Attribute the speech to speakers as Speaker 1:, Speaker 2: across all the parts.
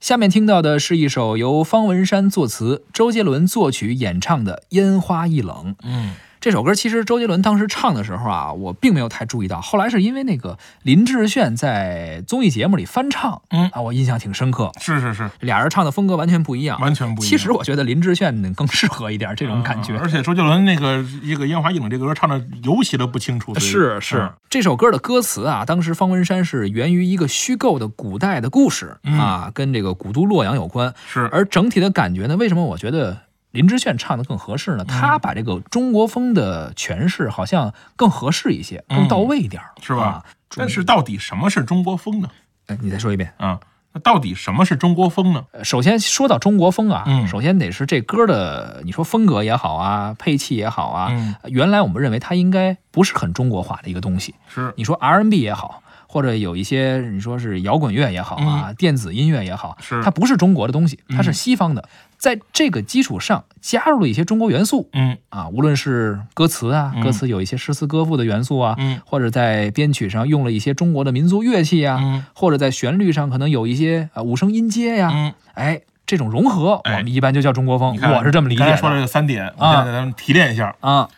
Speaker 1: 下面听到的是一首由方文山作词、周杰伦作曲演唱的《烟花易冷》。
Speaker 2: 嗯，
Speaker 1: 这首歌其实周杰伦当时唱的时候啊，我并没有太注意到，后来是因为那个林志炫在综艺节目里翻唱，
Speaker 2: 嗯
Speaker 1: 啊，我印象挺深刻。
Speaker 2: 是是是，
Speaker 1: 俩人唱的风格完全不一样，
Speaker 2: 完嗯全不一样。
Speaker 1: 其实我觉得林志炫更适合一点这种感觉。
Speaker 2: 嗯而且周杰伦那个一个《烟花易冷》这个歌唱的尤其的不清楚。所以
Speaker 1: 是是、
Speaker 2: 嗯
Speaker 1: 这首歌的歌词啊，当时方文山是源于一个虚构的古代的故事、
Speaker 2: 嗯
Speaker 1: 啊，跟这个古都洛阳有关。
Speaker 2: 是，
Speaker 1: 而整体的感觉呢，为什么我觉得林志炫唱的更合适
Speaker 2: 嗯
Speaker 1: 呢？他把这个中国风的诠释好像更合适一些，更到位一点儿，
Speaker 2: 嗯是吧
Speaker 1: 啊
Speaker 2: 但是到底什么是中国风呢？
Speaker 1: 哎，你再说一遍。
Speaker 2: 啊，那到底什么是中国风呢？
Speaker 1: 呃首先说到中国风啊，
Speaker 2: 嗯
Speaker 1: 首先得是这歌的，你说风格也好啊，配器也好啊，
Speaker 2: 嗯
Speaker 1: 原来我们认为它应该不是很中国化的一个东西。
Speaker 2: 是，
Speaker 1: 你说 R&B 也好，或者有一些你说是摇滚乐也好啊，电子音乐也好，
Speaker 2: 嗯是
Speaker 1: 它不是中国的东西，它是
Speaker 2: 嗯
Speaker 1: 西方的。在这个基础上加入了一些中国元素
Speaker 2: 嗯
Speaker 1: 啊，无论是歌词啊，
Speaker 2: 嗯
Speaker 1: 歌词有一些诗词歌赋的元素啊，
Speaker 2: 嗯
Speaker 1: 或者在编曲上用了一些中国的民族乐器啊，
Speaker 2: 嗯
Speaker 1: 或者在旋律上可能有一些啊五声音阶呀、
Speaker 2: 嗯，
Speaker 1: 哎，这种融合我
Speaker 2: 哎
Speaker 1: 们一般就叫中国风，
Speaker 2: 你看
Speaker 1: 啊我是这么理解
Speaker 2: 刚才说
Speaker 1: 的
Speaker 2: 了这三点，我现在给咱们提炼一下：
Speaker 1: 啊。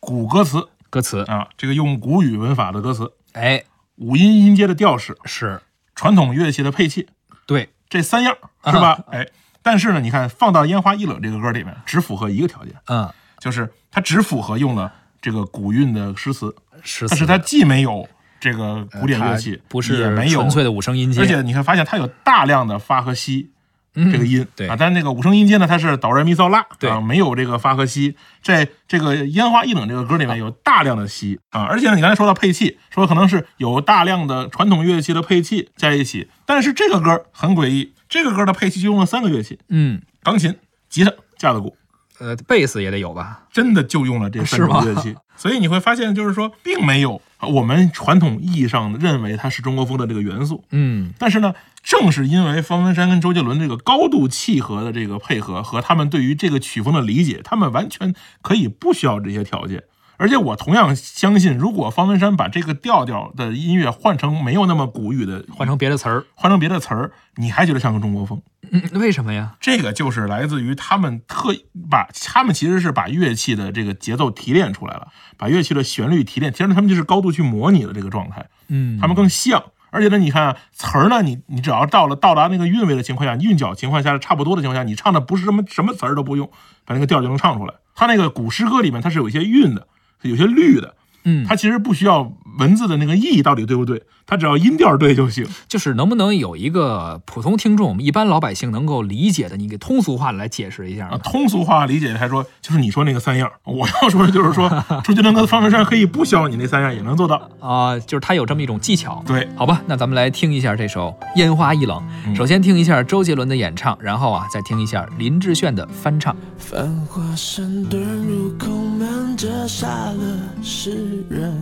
Speaker 2: 古歌词
Speaker 1: 歌词，
Speaker 2: 啊，这个用古语文法的歌词，
Speaker 1: 哎，
Speaker 2: 五音音阶的调式，
Speaker 1: 是
Speaker 2: 传统乐器的配器，
Speaker 1: 对，
Speaker 2: 这三样
Speaker 1: 啊
Speaker 2: 是吧？哎，但是呢，你看放到《烟花易冷》这个歌里面，只符合一个条件，
Speaker 1: 嗯，
Speaker 2: 就是它只符合用了这个古韵的诗词，
Speaker 1: 是。
Speaker 2: 但是它既没有这个古典乐器
Speaker 1: 它，不是
Speaker 2: 也没有
Speaker 1: 纯粹的五声音阶，
Speaker 2: 而且你会发现它有大量的发和西
Speaker 1: 嗯
Speaker 2: 这个音，
Speaker 1: 对
Speaker 2: 啊，但是那个五声音阶呢，它是哆来咪嗦拉，
Speaker 1: 对
Speaker 2: 啊，没有这个发和西。在这个《烟花易冷》这个歌里面有大量的西啊，而且呢，你刚才说到配器，说可能是有大量的传统乐器的配器在一起，但是这个歌很诡异，这个歌的配器就用了三个乐器：
Speaker 1: 嗯，
Speaker 2: 钢琴、吉他、架子鼓。
Speaker 1: 呃，贝斯也得有吧？
Speaker 2: 真的就用了这三种
Speaker 1: 是吗
Speaker 2: 乐器，所以你会发现，就是说，并没有我们传统意义上认为它是中国风的这个元素，
Speaker 1: 嗯，
Speaker 2: 但是呢，正是因为方文山跟周杰伦这个高度契合的这个配合和他们对于这个曲风的理解，他们完全可以不需要这些条件。而且我同样相信，如果方文山把这个调调的音乐换成没有那么古语的，
Speaker 1: 换成别的词儿，
Speaker 2: 换成别的词儿，你还觉得像个中国风。
Speaker 1: 嗯，为什么呀？
Speaker 2: 这个就是来自于他们特意把他们其实是把乐器的这个节奏提炼出来了，把乐器的旋律提炼，其实他们就是高度去模拟的这个状态。
Speaker 1: 嗯，
Speaker 2: 他们更像。而且呢，你看啊，词儿呢，你你只要到了到达那个韵味的情况下，韵脚情况下差不多的情况下，你唱的不是什么什么词儿都不用，把那个调就能唱出来。它那个古诗歌里面，它是有一些韵的，有些律的，
Speaker 1: 嗯，
Speaker 2: 它其实不需要文字的那个意义到底对不对，它只要音调对就行。
Speaker 1: 就是能不能有一个普通听众，我们一般老百姓能够理解的，你给通俗化来解释一下
Speaker 2: 啊，
Speaker 1: 呢？
Speaker 2: 通俗化理解来说，就是你说那个三样儿，我要说的就是说，周杰伦跟方文山可以不需要你那三样也能做到。
Speaker 1: 啊、就是他有这么一种技巧。
Speaker 2: 对，
Speaker 1: 好吧，那咱们来听一下这首《烟花易冷》，
Speaker 2: 嗯
Speaker 1: 首先听一下周杰伦的演唱，然后啊，再听一下林志炫的翻唱。
Speaker 3: 繁华山的入口满着傻乐诗人，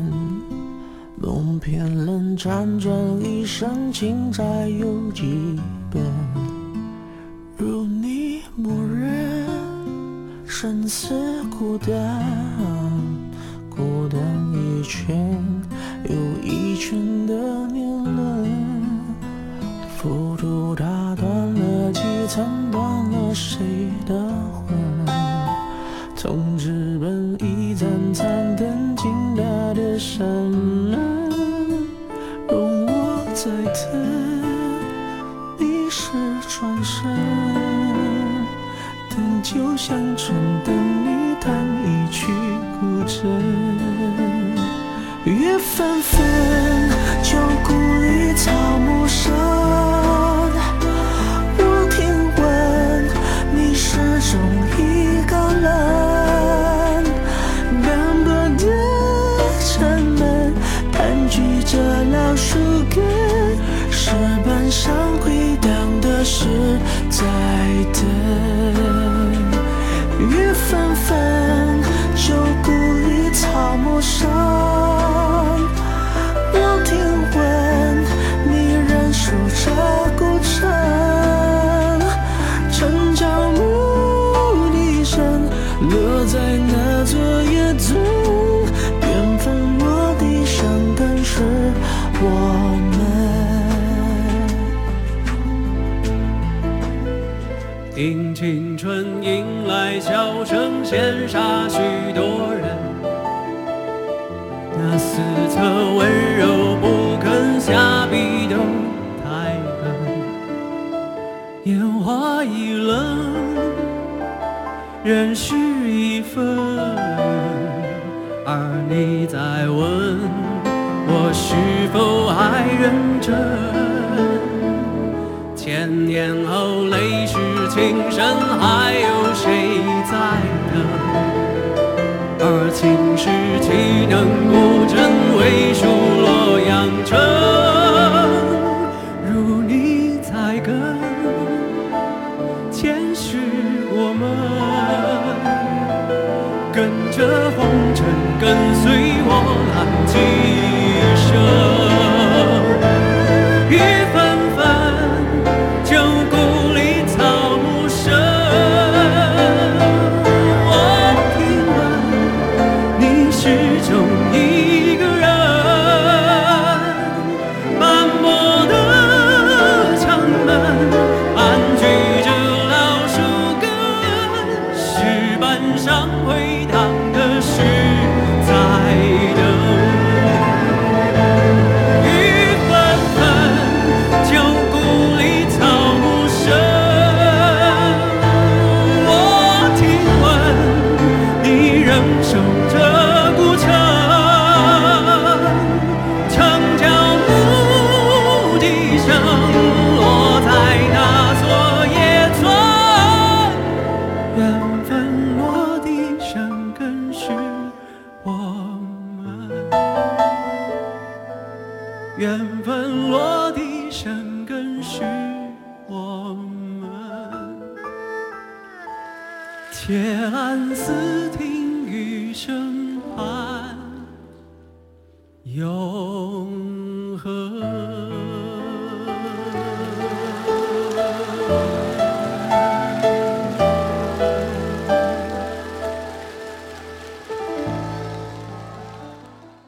Speaker 3: 梦骗人辗转一生，情债有几本？如你默认，生死孤单，孤单一圈又一圈的年轮。浮屠打断了几层，断了谁的魂？从纸本一盏盏灯，进他的山门，容我再等，你是转身，等就像春等你弹一曲古筝。雨纷纷，旧故里草木深。我听闻你始终一个人，斑驳的城门盘踞着老树根，石板上回荡的是在等。雨纷纷，旧故里草木深。我听闻你仍数着古城，城郊牧笛声落在那座夜村，远方落地上灯是我们。听青春迎来笑声，羡煞许多人。那似曾温柔不肯下笔都太狠，烟花易冷，人事已分，而你在问我是否还认真。千年后，泪湿情深，还有谁在等？而今世岂能孤枕为数洛阳城？如你在跟，前世我们跟着红尘，跟随我浪迹一生。雨纷纷，旧故里草木深。我听闻你始终一个人，斑驳的长门盘踞着老树根，石板上回荡的是在等。雨纷纷，旧故里草木深。我听闻你仍守着孤城，城郊牧笛声落在那座野村，缘分落地生根是我们。缘分落地生根是我们。铁栏丝听雨声盼永恒。